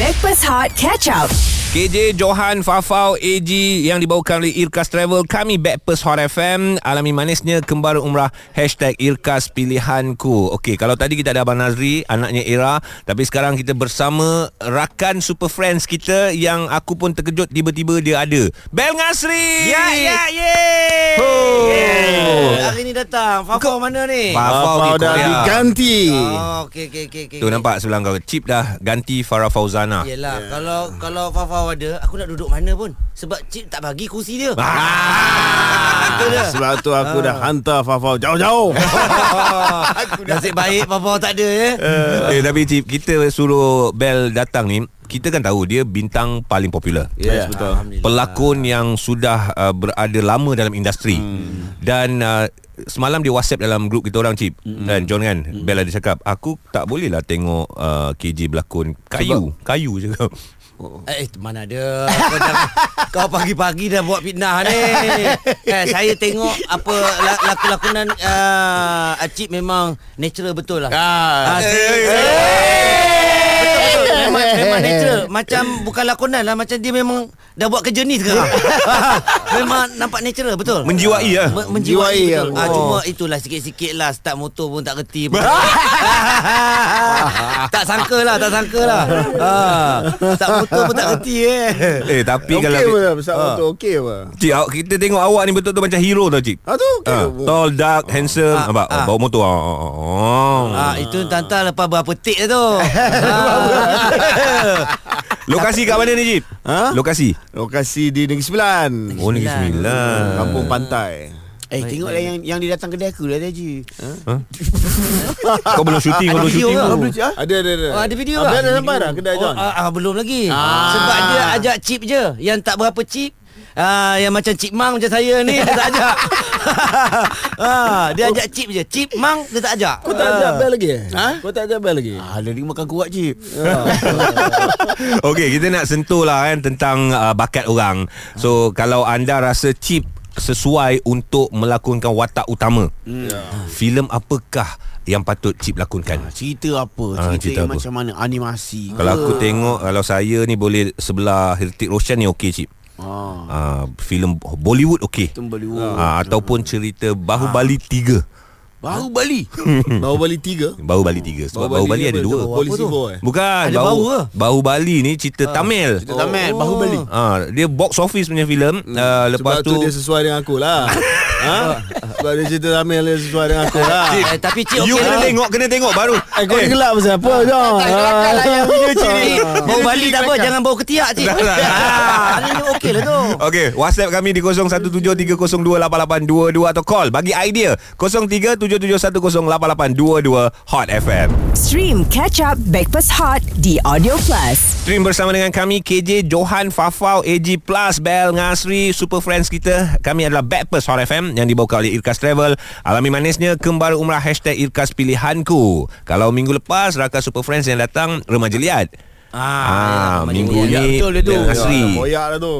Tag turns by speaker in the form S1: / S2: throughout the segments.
S1: Backpass Hot Catch Up.
S2: KJ, Johan, Fafau, AG yang dibawakan oleh Irkas Travel. Kami Backpers Hot FM. Alami manisnya kembali umrah. Hashtag Irkas Pilihanku. Okey, kalau tadi kita ada Abang Nazri, anaknya Ira. Tapi sekarang kita bersama rakan super friends kita yang aku pun terkejut tiba-tiba dia ada. Bel Ngasri!
S3: Ya, ya, ye.
S2: Ho. Oh.
S3: Yeah. Eh, Hari ni datang. Fafau mana ni?
S2: Fafau
S4: Abang
S2: di
S4: dah
S2: Korea.
S4: diganti
S3: Oh, okey okey okey okey.
S2: Tu nampak sebelah kau. Chip dah ganti Farah Fauzana.
S3: Yelah, yeah. kalau kalau Fafau ada, aku nak duduk mana pun. Sebab cik tak bagi kursi dia.
S2: Ah!
S3: Betul
S4: Ah,
S3: dah.
S4: Sebab tu aku dah hantar Fafau jauh-jauh
S3: Ah! Nasib baik Fafau tak ada ya.
S2: Eh tapi Cip Kita suruh Bel datang ni Kita kan tahu Dia bintang paling popular
S5: Ya,
S4: Yes betul
S2: Pelakon yang sudah uh, Berada lama dalam industri hmm. Dan uh, Semalam dia whatsapp dalam grup kita orang Cip hmm. Dan John kan hmm. Bel ada cakap Aku tak boleh lah tengok uh, KJ berlakon Kayu Sebab? Kayu je kau Oh.
S3: Eh, mana ada. Kau, dah, kau pagi-pagi dah buat fitnah ni. Eh, saya tengok apa la- lakonan uh, Acik memang natural betul lah. Ah,
S2: eh,
S3: saya- Betul-betul. Memang,
S4: Eh,
S3: memang natural Macam bukan lakonan lah Macam dia memang Dah buat kerja ni sekarang
S4: Oh.
S3: Memang nampak natural Betul
S2: Menjiwai lah
S3: Me- Menjiwai
S4: Menjiwai,
S3: betul.
S4: ya.
S3: Ah,
S4: Oh.
S3: Cuma itulah sikit-sikit lah Start motor pun tak reti pun. Tak sangka lah Tak sangka lah ah, Start motor pun tak reti eh
S2: Eh tapi
S4: Okey
S2: kalau
S4: apa Besar
S2: Ah.
S4: tu okey apa
S2: Cip, awak- kita tengok awak ni betul-betul macam hero tau Cip
S4: Ah tu okey
S2: Ah,
S4: apa
S2: tall, dark, handsome,
S3: Ah,
S2: nampak
S3: ah.
S2: bawa motor. Ah, ah, ah, ah.
S3: Ah, itu tanta lepas berapa tik dah tu. Ah.
S2: Lokasi kat mana ni Jip?
S4: Ha?
S2: Lokasi?
S4: Lokasi di Negeri Sembilan Ah.
S2: Oh Negeri Sembilan
S4: Kampung Pantai
S5: Eh tengoklah yang yang dia datang kedai aku lah tadi.
S2: Kau belum syuting Kau belum
S3: Video
S2: syuting
S3: ke?
S2: tu.
S4: Ada
S5: ah.
S4: ada ada
S3: Oh, ada video
S4: Ah,
S3: tak?
S4: Ada nampak dah kedai John
S3: Oh, ah, ah, belum lagi. Sebab dia ajak chip je. Yang tak berapa chip. Ah, yang macam chip mang macam saya ni dia tak ajak. ah, dia ajak chip je. Chip mang dia tak ajak.
S4: Kau tak ajak bel lagi eh? Kau tak ajak bel lagi
S5: Ha?
S4: Ah.
S5: Ah, dia ni makan kuat je.
S2: Okey kita nak sentuh lah kan Tentang uh, bakat orang So kalau anda rasa cheap Sesuai untuk melakonkan watak utama
S5: Hmm. Ah.
S2: yeah. Filem apakah yang patut Cip lakonkan?
S5: Cerita apa? Cerita,
S2: Ah,
S5: ah,
S2: cerita
S5: cerita yang
S2: apa?
S5: macam mana? Animasi. ke?
S2: Kalau aku tengok Kalau saya ni boleh Sebelah Heritik Roshan ni okey Cip
S5: ah,
S2: uh, Filem Bollywood okey
S5: tembali.
S4: Ah.
S2: uh, Ataupun cerita Bahubali 3
S5: Baru Bali.
S4: Baru balik tiga
S2: Bahubali 3 Sebab Bahubali, ada
S4: apa?
S2: dua
S3: Apa
S4: Polisi
S3: tu?
S4: boy
S2: Bukan
S3: Ada
S2: bahu,
S3: bau ke?
S2: bahu Bali ni cerita Tamil.
S5: Cerita Tamil, Bahu Bali.
S2: Ah, dia box office punya filem. Ah, lepas
S4: Oh. Hmm. Sebab tu dia sesuai dengan aku lah ha? Sebab dia cerita Ramil dia sesuai dengan aku lah
S3: Eh, tapi cip
S2: you
S3: okey
S2: kena
S3: lah.
S2: tengok, kena tengok baru.
S4: Eh kau ni gelap pasal apa John
S3: Cip, Bau Bali tak apa Jangan bau ketiak cip
S2: Dah, dah, dah.
S3: Ah, Ni okey lah tu
S2: Okey, WhatsApp kami di 0173028822 atau call bagi idea 0377108822 Hot FM.
S1: Stream Catch Up Backpass Hot di Audio Plus.
S2: Stream bersama dengan kami KJ Johan Fafau AG Plus Bel Ngasri Super Friends kita Kami adalah Backpers Hot FM Yang dibawa oleh Irkas Travel Alami manisnya Kembali umrah Hashtag Irkas Pilihanku Kalau minggu lepas Rakan Super Friends yang datang Remaja Liat Ah, ah minggu
S5: Liat.
S2: ni
S3: lah
S5: Betul dia tu.
S2: Bel Ngasri
S4: Koyak lah tu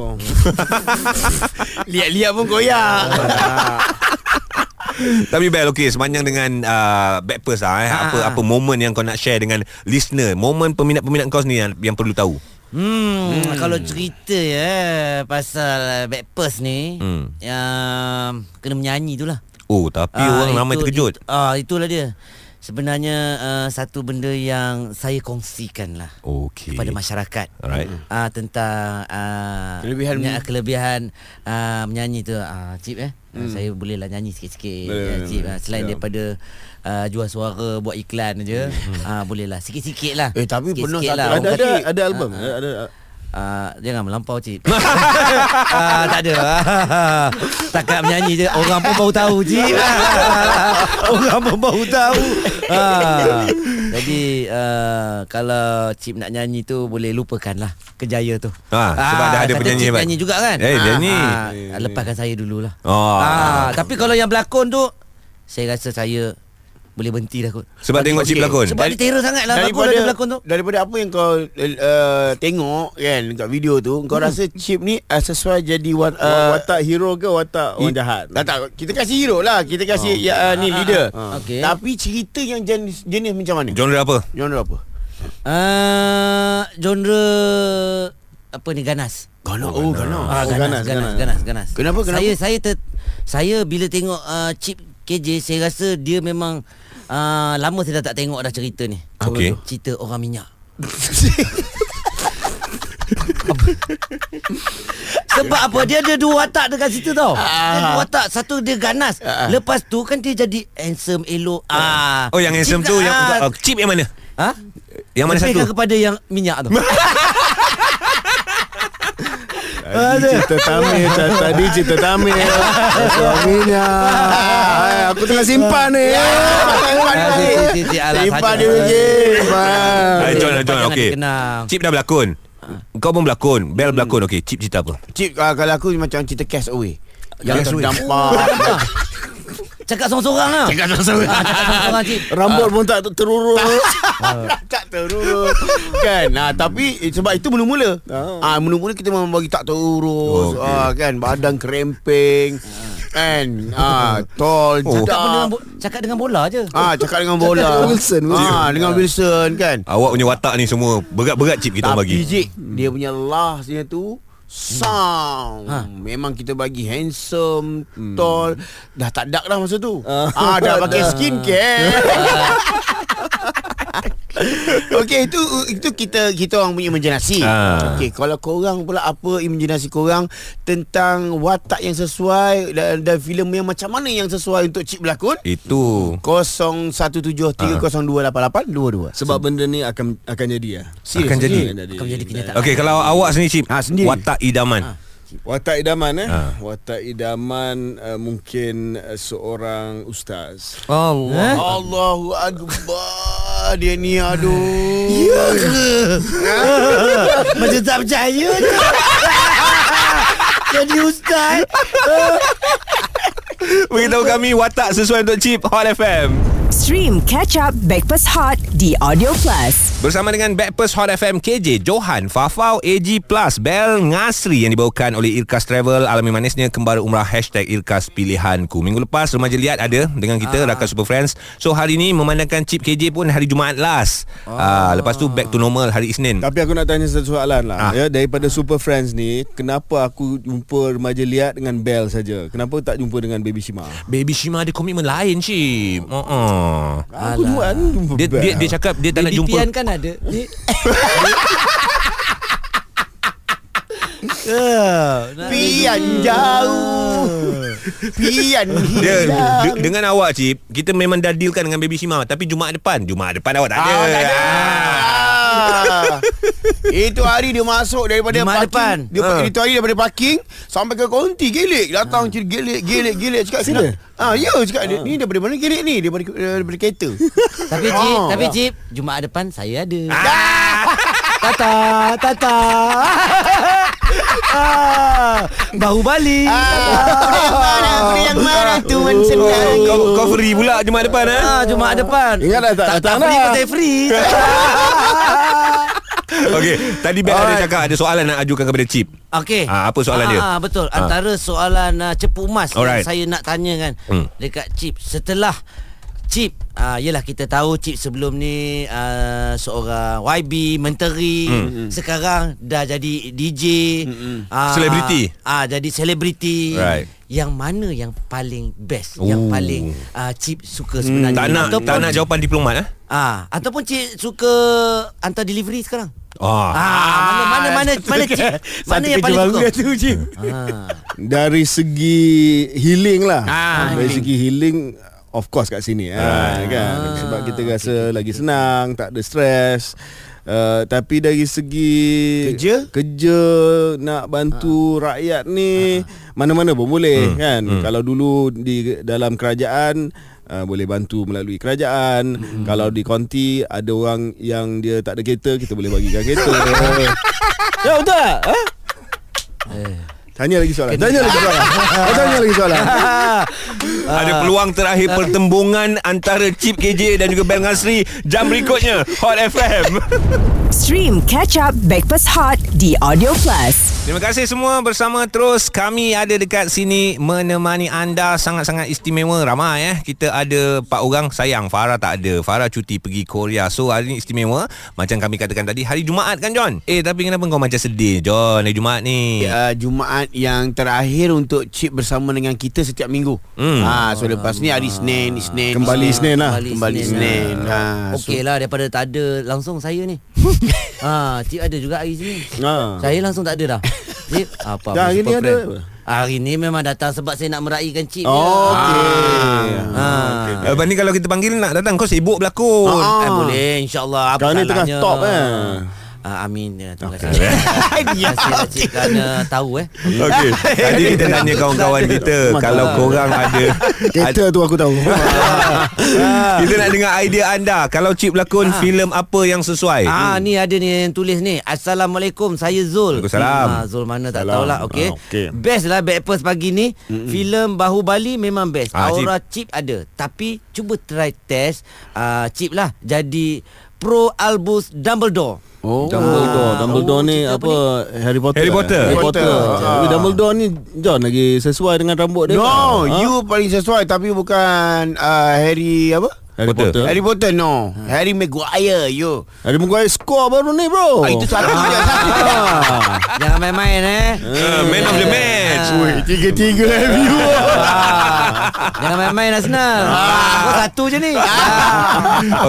S5: Lihat-lihat pun koyak.
S2: Tapi Bel okay Semanjang dengan uh, Backpers lah eh.
S3: Ah.
S2: Apa apa momen yang kau nak share Dengan listener Momen peminat-peminat kau sendiri Yang, yang perlu tahu
S3: Hmm, hmm. kalau cerita ya pasal backpers ni,
S2: Hmm.
S3: hmm. yang kena menyanyi tu lah.
S2: Oh tapi
S3: Ah,
S2: orang ramai
S3: itu-
S2: terkejut
S3: Itu, ah itulah dia. Sebenarnya uh, satu benda yang saya kongsikan lah
S2: Okey
S3: kepada masyarakat.
S2: Alright.
S3: Ah tentang ah
S5: Kelebihan-
S3: menya- kelebihan ah menyanyi tu ah cip eh. Hmm. Saya bolehlah nyanyi sikit-sikit
S4: Boleh,
S3: ya,
S4: boleh,
S3: cip
S4: boleh.
S3: ah, selain
S4: Ya.
S3: daripada ah, jual suara buat iklan je
S2: Hmm.
S3: ah bolehlah sikit-sikit lah.
S5: Eh, tapi pernah
S3: Sikit-sikit
S5: satu-
S3: lah.
S4: Ada
S3: Orang
S4: ada
S3: kata-
S4: ada album
S3: Ah, ah.
S4: ada, ada
S3: Uh, jangan melampau cik uh, Tak ada Setakat menyanyi je Orang pun baru tahu cik Orang pun baru tahu uh, Jadi uh, Kalau cik nak nyanyi tu Boleh lupakan lah Kejaya tu
S2: Ah, sebab dah ada
S3: kata
S2: penyanyi
S3: Cip
S2: hebat.
S3: nyanyi juga kan
S2: Eh, dia ni.
S3: ah, Lepaskan saya dululah
S2: Oh.
S3: ah, Tapi kalau yang berlakon tu Saya rasa saya Boleh berhenti dah kot
S2: Sebab tengok Cip berlakon.
S3: Sebab dia terror sangat lah Berlakon dia berlakon tu
S5: daripada apa yang kau uh, tengok kan kat video tu kau hmm. rasa chip ni uh, sesuai jadi wat, uh,
S4: Watak hero ke watak orang
S5: i-
S4: jahat
S5: Tak tak kita kasi hero lah kita kasi oh. ya, uh, ni leader.
S3: ah. Okey.
S5: Tapi cerita yang jenis jenis macam mana?
S2: Genre apa?
S5: Genre apa?
S3: Uh, genre apa ni ganas.
S5: Ganas. Oh, ganas.
S3: Ah,
S4: Oh,
S3: ganas, ganas,
S4: ganas,
S3: ganas, ganas,
S4: ganas.
S3: ganas.
S5: Kenapa, kenapa?
S3: Saya saya ter, saya bila tengok uh, Chip KJ saya rasa dia memang uh, lama saya dah tak tengok dah cerita ni.
S2: Okey.
S3: Cerita orang minyak. Sebab apa dia ada dua watak dekat situ tau.
S2: Ah.
S3: Dia ada dua watak, satu dia ganas. Lepas tu kan dia jadi handsome elok. Ah.
S2: Oh yang handsome tu yang
S3: ah,
S2: uh, chip yang mana?
S3: ha?
S2: Yang mana
S3: Lebihkan
S2: satu?
S3: kepada yang minyak tu.
S4: Tadi cerita Tamir ca- Tadi cerita Tamir Suaminya Hai, Aku tengah simpan ni
S5: Simpan
S3: Ah, si- si- si- si, alah,
S5: Simpan
S3: saja.
S5: dia wujud Bang
S2: Ah,
S3: Lepas
S2: John,
S3: jangan
S2: John, okey.
S3: dikenang.
S2: Chip dah berlakon. Kau pun berlakon, Bel berlakon. Okey, Chip cerita apa?
S5: Cip ah, kalau aku macam cerita cash away yang
S2: Cast Away.
S5: terdampak
S3: Cakap seorang-seorang lah. Cakap seorang-seorang. Ah, cakap seorang-seorang Cip.
S4: Rambut pun tak ter- terurut
S5: tak terurus kan ah tapi eh, sebab itu mula-mula ah mula-mula kita memang bagi tak terurus
S2: Oh, okey.
S5: ah kan badan kremping kan ah tall
S2: Oh.
S3: Cakap dengan
S5: cedak
S3: bo- Cakap dengan bola je.
S5: ah cakap dengan bola
S4: dengan Wilson, Wilson.
S5: ah dengan Wilson kan
S2: Awak punya watak ni semua berat-berat Chip kita
S5: Tapi
S2: bagi.
S5: Zik Dia punya last dia tu Sound ha. Memang kita bagi handsome hmm. Tall Dah tak dark dah masa tu
S4: Ha.
S5: ah, Dah pakai skincare Okey itu itu kita kita orang punya imajinasi.
S2: Ah.
S5: Okey kalau korang pula apa imajinasi korang tentang watak yang sesuai dan, dan filem yang macam mana yang sesuai untuk cip berlakon?
S2: Eh. Itu
S5: 0173028822.
S4: Sebab benda ni akan akan jadi ya.
S2: akan jadi.
S3: Akan jadi kenyataan.
S2: Okey, kalau awak sendiri Chip,
S5: Ah, sendiri.
S2: watak idaman.
S4: Watak idaman eh.
S2: Ha.
S4: Watak idaman uh, mungkin uh, seorang ustaz.
S3: Allah.
S5: Allahu Akbar Dia ni aduh Ya
S3: Ha? Macam tak percaya je Jadi ustaz
S2: Beritahu kami watak sesuai untuk Chip Hot FM.
S1: Stream Catch Up Backpass Hot di Audio Plus.
S2: Bersama dengan Backpast Hot FM KJ Johan Fafau AG Plus Bel Ngasri Yang dibawakan oleh Irkas Travel Alami manisnya Kembali umrah Hashtag Irkas Pilihanku Minggu lepas Remaja Liat ada Dengan kita Rakan Super Friends So hari ni Memandangkan chip KJ pun Hari Jumaat last ah. Lepas tu back to normal Hari Isnin
S4: Tapi aku nak tanya satu soalan
S2: Ah.
S4: lah ya daripada Super Friends ni, kenapa aku jumpa remaja liat dengan Bell saja? Kenapa tak jumpa dengan Baby Shima?
S2: Baby Shima ada komitmen lain chip oh, oh.
S4: Aku jumpa kan jumpa
S2: Dia,
S4: Bell.
S2: dia, dia cakap Dia tak nak jumpa
S3: Pian kan ada Ni
S5: Pian jauh Pian
S2: dia,
S5: hilang
S2: de, dengan awak Cip Kita memang dah dealkan dengan Baby Shima Tapi Jumaat depan Jumaat depan awak tak Oh, ada,
S5: Ah, tak ada.
S2: Ah.
S5: Ah. Itu hari dia masuk daripada
S3: Jumaat depan.
S5: parking. Dia,
S2: Ah.
S5: Itu hari daripada parking sampai ke kaunti gelik. Datang ciri gelik gelik gelik cakap sini. Ah ya cakap dia, ni daripada mana gelik ni? Daripada daripada kereta.
S3: Tapi Cip
S5: Oh.
S3: Tapi Cip Jumaat depan saya ada Tata Tata ah, Baru balik
S5: Mana boleh lah, yang mana tuan senang.
S2: Kau, kau free pula Jumaat depan eh?
S3: ah, Jumaat depan
S4: Ingat dah tak
S3: tak
S4: datang
S3: free
S4: dah.
S3: pun saya free
S2: Okey, tadi Bel ada cakap ada soalan nak ajukan kepada Chip.
S3: Okey.
S2: Ah, apa soalan dia?
S3: Ah, betul. Antara soalan uh, cepu emas
S2: Alright.
S3: yang saya nak tanya kan
S2: Hmm.
S3: hmm. dekat Chip setelah Chip ah yalah kita tahu Chip sebelum ni ah, seorang YB menteri
S2: Hmm,
S3: sekarang dah jadi DJ ah,
S2: Selebriti.
S3: ah jadi selebriti
S2: Right.
S3: yang mana yang paling best
S2: Ooh.
S3: yang paling ah, Chip suka sebenarnya
S2: Tak nak tak nak jawapan diplomat eh?
S3: ah ataupun Chip suka hantar delivery sekarang
S2: Ah.
S3: Ah, mana mana mana mana Chip mana yang paling suka
S4: tu je. Dari segi healing lah.
S3: Ah,
S4: Dari
S3: healing.
S4: segi healing of course kat sini ah. kan sebab kita rasa lagi senang, tak ada stres. Uh, tapi dari segi
S5: Kerja?
S4: kerja nak bantu ha. rakyat ni mana-mana pun boleh Ah. hmm. kan hmm. kalau dulu di dalam kerajaan uh, boleh bantu melalui kerajaan hmm. kalau di konti ada orang yang dia tak ada kereta kita boleh bagikan kereta Ya betul tak? Ha? Tanya lagi soalan. Tanya lagi soalan. Kau Tanya lagi soalan.
S3: Ah.
S2: Ada peluang terakhir pertembungan antara Chip KJ dan juga Bel Ngasri jam berikutnya Hot FM.
S1: Stream Catch Up Backpass Hot di Audio Plus.
S2: Terima kasih semua bersama terus kami ada dekat sini menemani anda sangat-sangat istimewa ramai eh kita ada empat orang sayang Farah tak ada Farah cuti pergi Korea so hari ni istimewa macam kami katakan tadi hari Jumaat kan John eh tapi kenapa kau macam sedih John hari Jumaat ni ya.
S5: uh, Jumaat yang terakhir untuk Cip bersama dengan kita setiap minggu.
S2: Hmm.
S5: Ha so lepas ni hari Isnin, Isnin.
S4: Kembali
S5: Isnin.
S4: Isnin lah.
S5: Kembali Isnin.
S4: Ah,
S5: Ha, so-
S3: Okey lah daripada tak ada langsung saya ni. ha, cik ada juga hari sini.
S4: Ha.
S3: Saya langsung tak ada dah. Cik, apa?
S4: Dah, hari ni
S3: super
S4: ada
S3: friend. Hari ni memang datang sebab saya nak meraihkan cik. Ah.
S4: Oh, Ah, okey.
S3: Ha.
S2: Lepas ni Ya, kalau kita panggil nak datang kau sibuk berlakon
S3: Ha. Eh, boleh insyaAllah Apa
S4: Kau ni tengah
S3: salahnya.
S4: top, eh.
S3: Ah, Amin ya, Terima kasih Terima kasih lah cik Kerana tahu eh
S2: Okey. Tadi kita tanya kawan-kawan kita kalau korang ada
S4: Kereta tu aku tahu
S2: kita nak dengar idea anda kalau cip berlakon filem apa yang sesuai.
S3: Ah ni ada ni yang tulis ni. Assalamualaikum saya Zul.
S2: Waalaikumsalam.
S3: Ah Zul mana tak
S4: Salam.
S3: tahulah okey.
S4: Ah, okey.
S3: Best lah breakfast pagi ni. Mm-mm. Filem Bahubali memang best.
S2: Ah,
S3: Aura chip. ada tapi cuba try test ah chip lah jadi Pro Albus Dumbledore.
S4: Oh, Dumbledore. Dumbledore ni
S3: cerita apa
S4: apa? Harry Potter.
S2: Harry
S4: eh?
S2: Potter.
S4: Harry
S5: Harry
S4: Potter.
S5: Potter.
S4: Tapi Dumbledore ni John lagi sesuai dengan rambut dia.
S5: No,
S4: tak? Ha?
S5: you paling sesuai tapi bukan uh, Harry apa?
S4: Harry
S2: Potter.
S4: Potter. Ha.
S5: Harry Potter no. Harry Maguire you.
S4: Harry Maguire score baru ni bro.
S5: Ah, itu satu je satu.
S3: Jangan main-main eh.
S2: Ah, man of the match.
S3: Ah.
S4: Tiga-tiga review.
S3: Ah. Jangan main-main Arsenal. Kau satu je ni. Ah.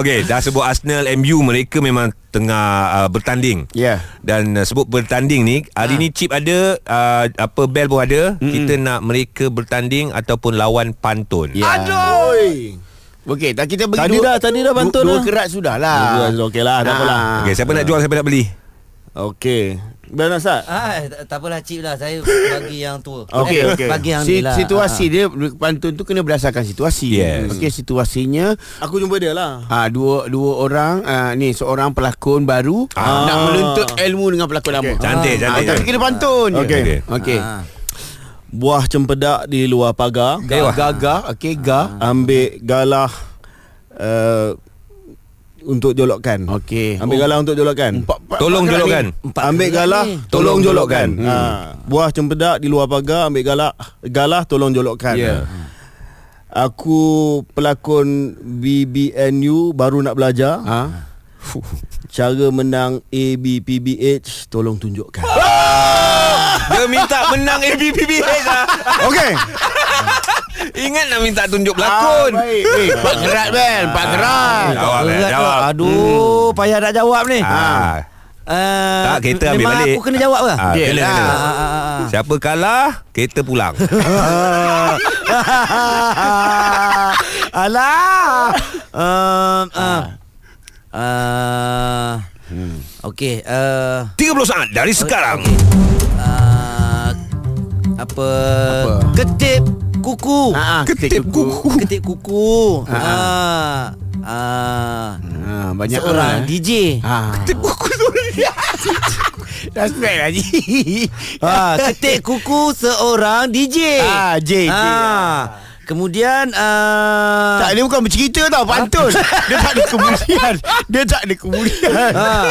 S2: Okey, dah sebut Arsenal MU mereka memang tengah uh, bertanding.
S5: Ya. Ah.
S2: Dan uh, sebut bertanding ni, hari ni chip ada, uh, apa bel pun ada. Mm-mm. Kita nak mereka bertanding ataupun lawan pantun.
S5: Ya.
S2: Yeah.
S5: Aduh. Okey, tak kita bagi
S4: Ya. Tadi
S5: dua,
S4: dah, tadi dah bantu
S5: dua, dua
S4: dah.
S5: kerat sudah lah. Ah.
S4: Dua kerat, okey lah, tak apalah.
S2: Okey, siapa nak jual, siapa nak beli?
S4: Okey. Benar Sat.
S3: Ah, tak, tak apalah cip lah Saya bagi yang tua
S5: Okey
S3: Eh,
S5: okey.
S3: Bagi yang
S5: Si,
S3: ni lah
S4: Ah.
S5: situasi dia pantun tu kena berdasarkan situasi.
S2: Yes.
S5: Okey situasinya
S4: Aku jumpa dia lah.
S5: Ah dua dua orang ah, ni seorang pelakon baru
S2: Ah.
S5: ah. nak menuntut ilmu dengan pelakon lama.
S2: Cantik,
S5: Ah,
S2: cantik.
S5: tapi kena pantun je.
S4: Okey.
S5: Okey. Ah.
S4: Buah cempedak di luar pagar.
S5: Ga ga ga okey ga.
S4: Ambil galah
S5: eh,
S4: uh, untuk jolokkan.
S5: Okey.
S4: Ambil galah untuk jolokkan.
S2: Tolong
S5: Empat
S2: jolokkan.
S4: Ambil galah
S3: ni.
S4: Tolong
S2: Tolong
S4: jolokkan
S2: jolokkan.
S4: ha. Buah cempedak Di luar pagar Ambil galah Galah tolong jolokkan
S5: Ya.
S4: Aku Pelakon BBNU Baru nak belajar ha?
S5: Ha?
S4: Cara menang ABPBH Tolong tunjukkan
S5: lah
S2: Dia minta menang ABPBH lah.
S4: Okey
S2: Ingat nak minta tunjuk pelakon.
S5: Pelakon. Ah, baik. Weh, Pak Gerat Ben, Pak Gerat.
S2: Jawab,
S3: Ah, Berat
S2: eh,
S3: tu.
S2: jawab. Hmm.
S3: Aduh Payah nak jawab ni
S2: Ah.
S3: Ah,
S2: Tak, kereta ambil
S3: memang
S2: balik.
S3: aku kena jawab ke?
S2: Ah,
S5: Okey,
S2: kena,
S5: lah.
S2: kena.
S3: Ah, ah, ah, ah.
S2: Siapa kalah, kereta pulang.
S3: Alah um, ah. Ah. Okey uh,
S2: 30 saat dari sekarang.
S3: uh, Apa Ketip kuku
S5: Ha ah,
S2: Ketip kuku.
S3: Ketip kuku Ah. Ah.
S5: Ha banyak
S3: Seorang
S5: orang. eh.
S3: DJ
S5: Ha.
S2: Ketip kuku tu.
S5: Respect lah Ji.
S3: Ah, ketik kuku seorang DJ.
S5: Ah, J, J.
S3: Ah. Kemudian ah,
S5: Tak, dia bukan bercerita tau Pantun Dia tak ada kemudian Dia tak ada kemudian
S3: Ah.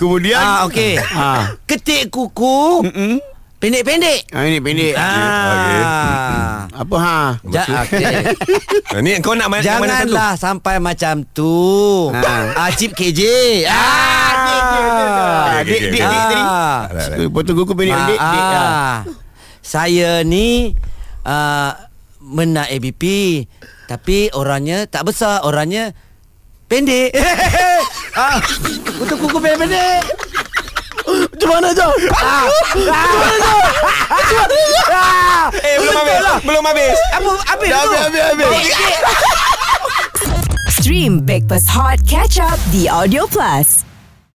S5: Kemudian
S3: ah okey.
S5: Ah.
S3: Ketik kuku pendek-pendek.
S5: Ah, ini pendek.
S3: Ah.
S5: Apa ha?
S3: Ja, okay.
S2: Ni kau nak main yang mana satu?
S3: Janganlah sampai macam tu.
S5: Ah.
S3: Ah, chip KJ. Ah.
S5: Ah,
S2: Okey,
S5: dek
S2: okey, okey.
S5: dek dek tadi.
S3: Ah.
S5: Potong kuku pendek-pendek.
S3: Ah,
S5: dek,
S3: ah.
S5: ah.
S3: Saya ni uh, menang ABP tapi orangnya tak besar, orangnya pendek. ah, untuk kuku pendek-pendek.
S4: Macam mana Jom
S2: Eh, belum habis. Belum habis.
S3: Apa apa itu?
S5: Habis habis habis.
S1: Stream Backpass Hot Catch Up di Audio Plus.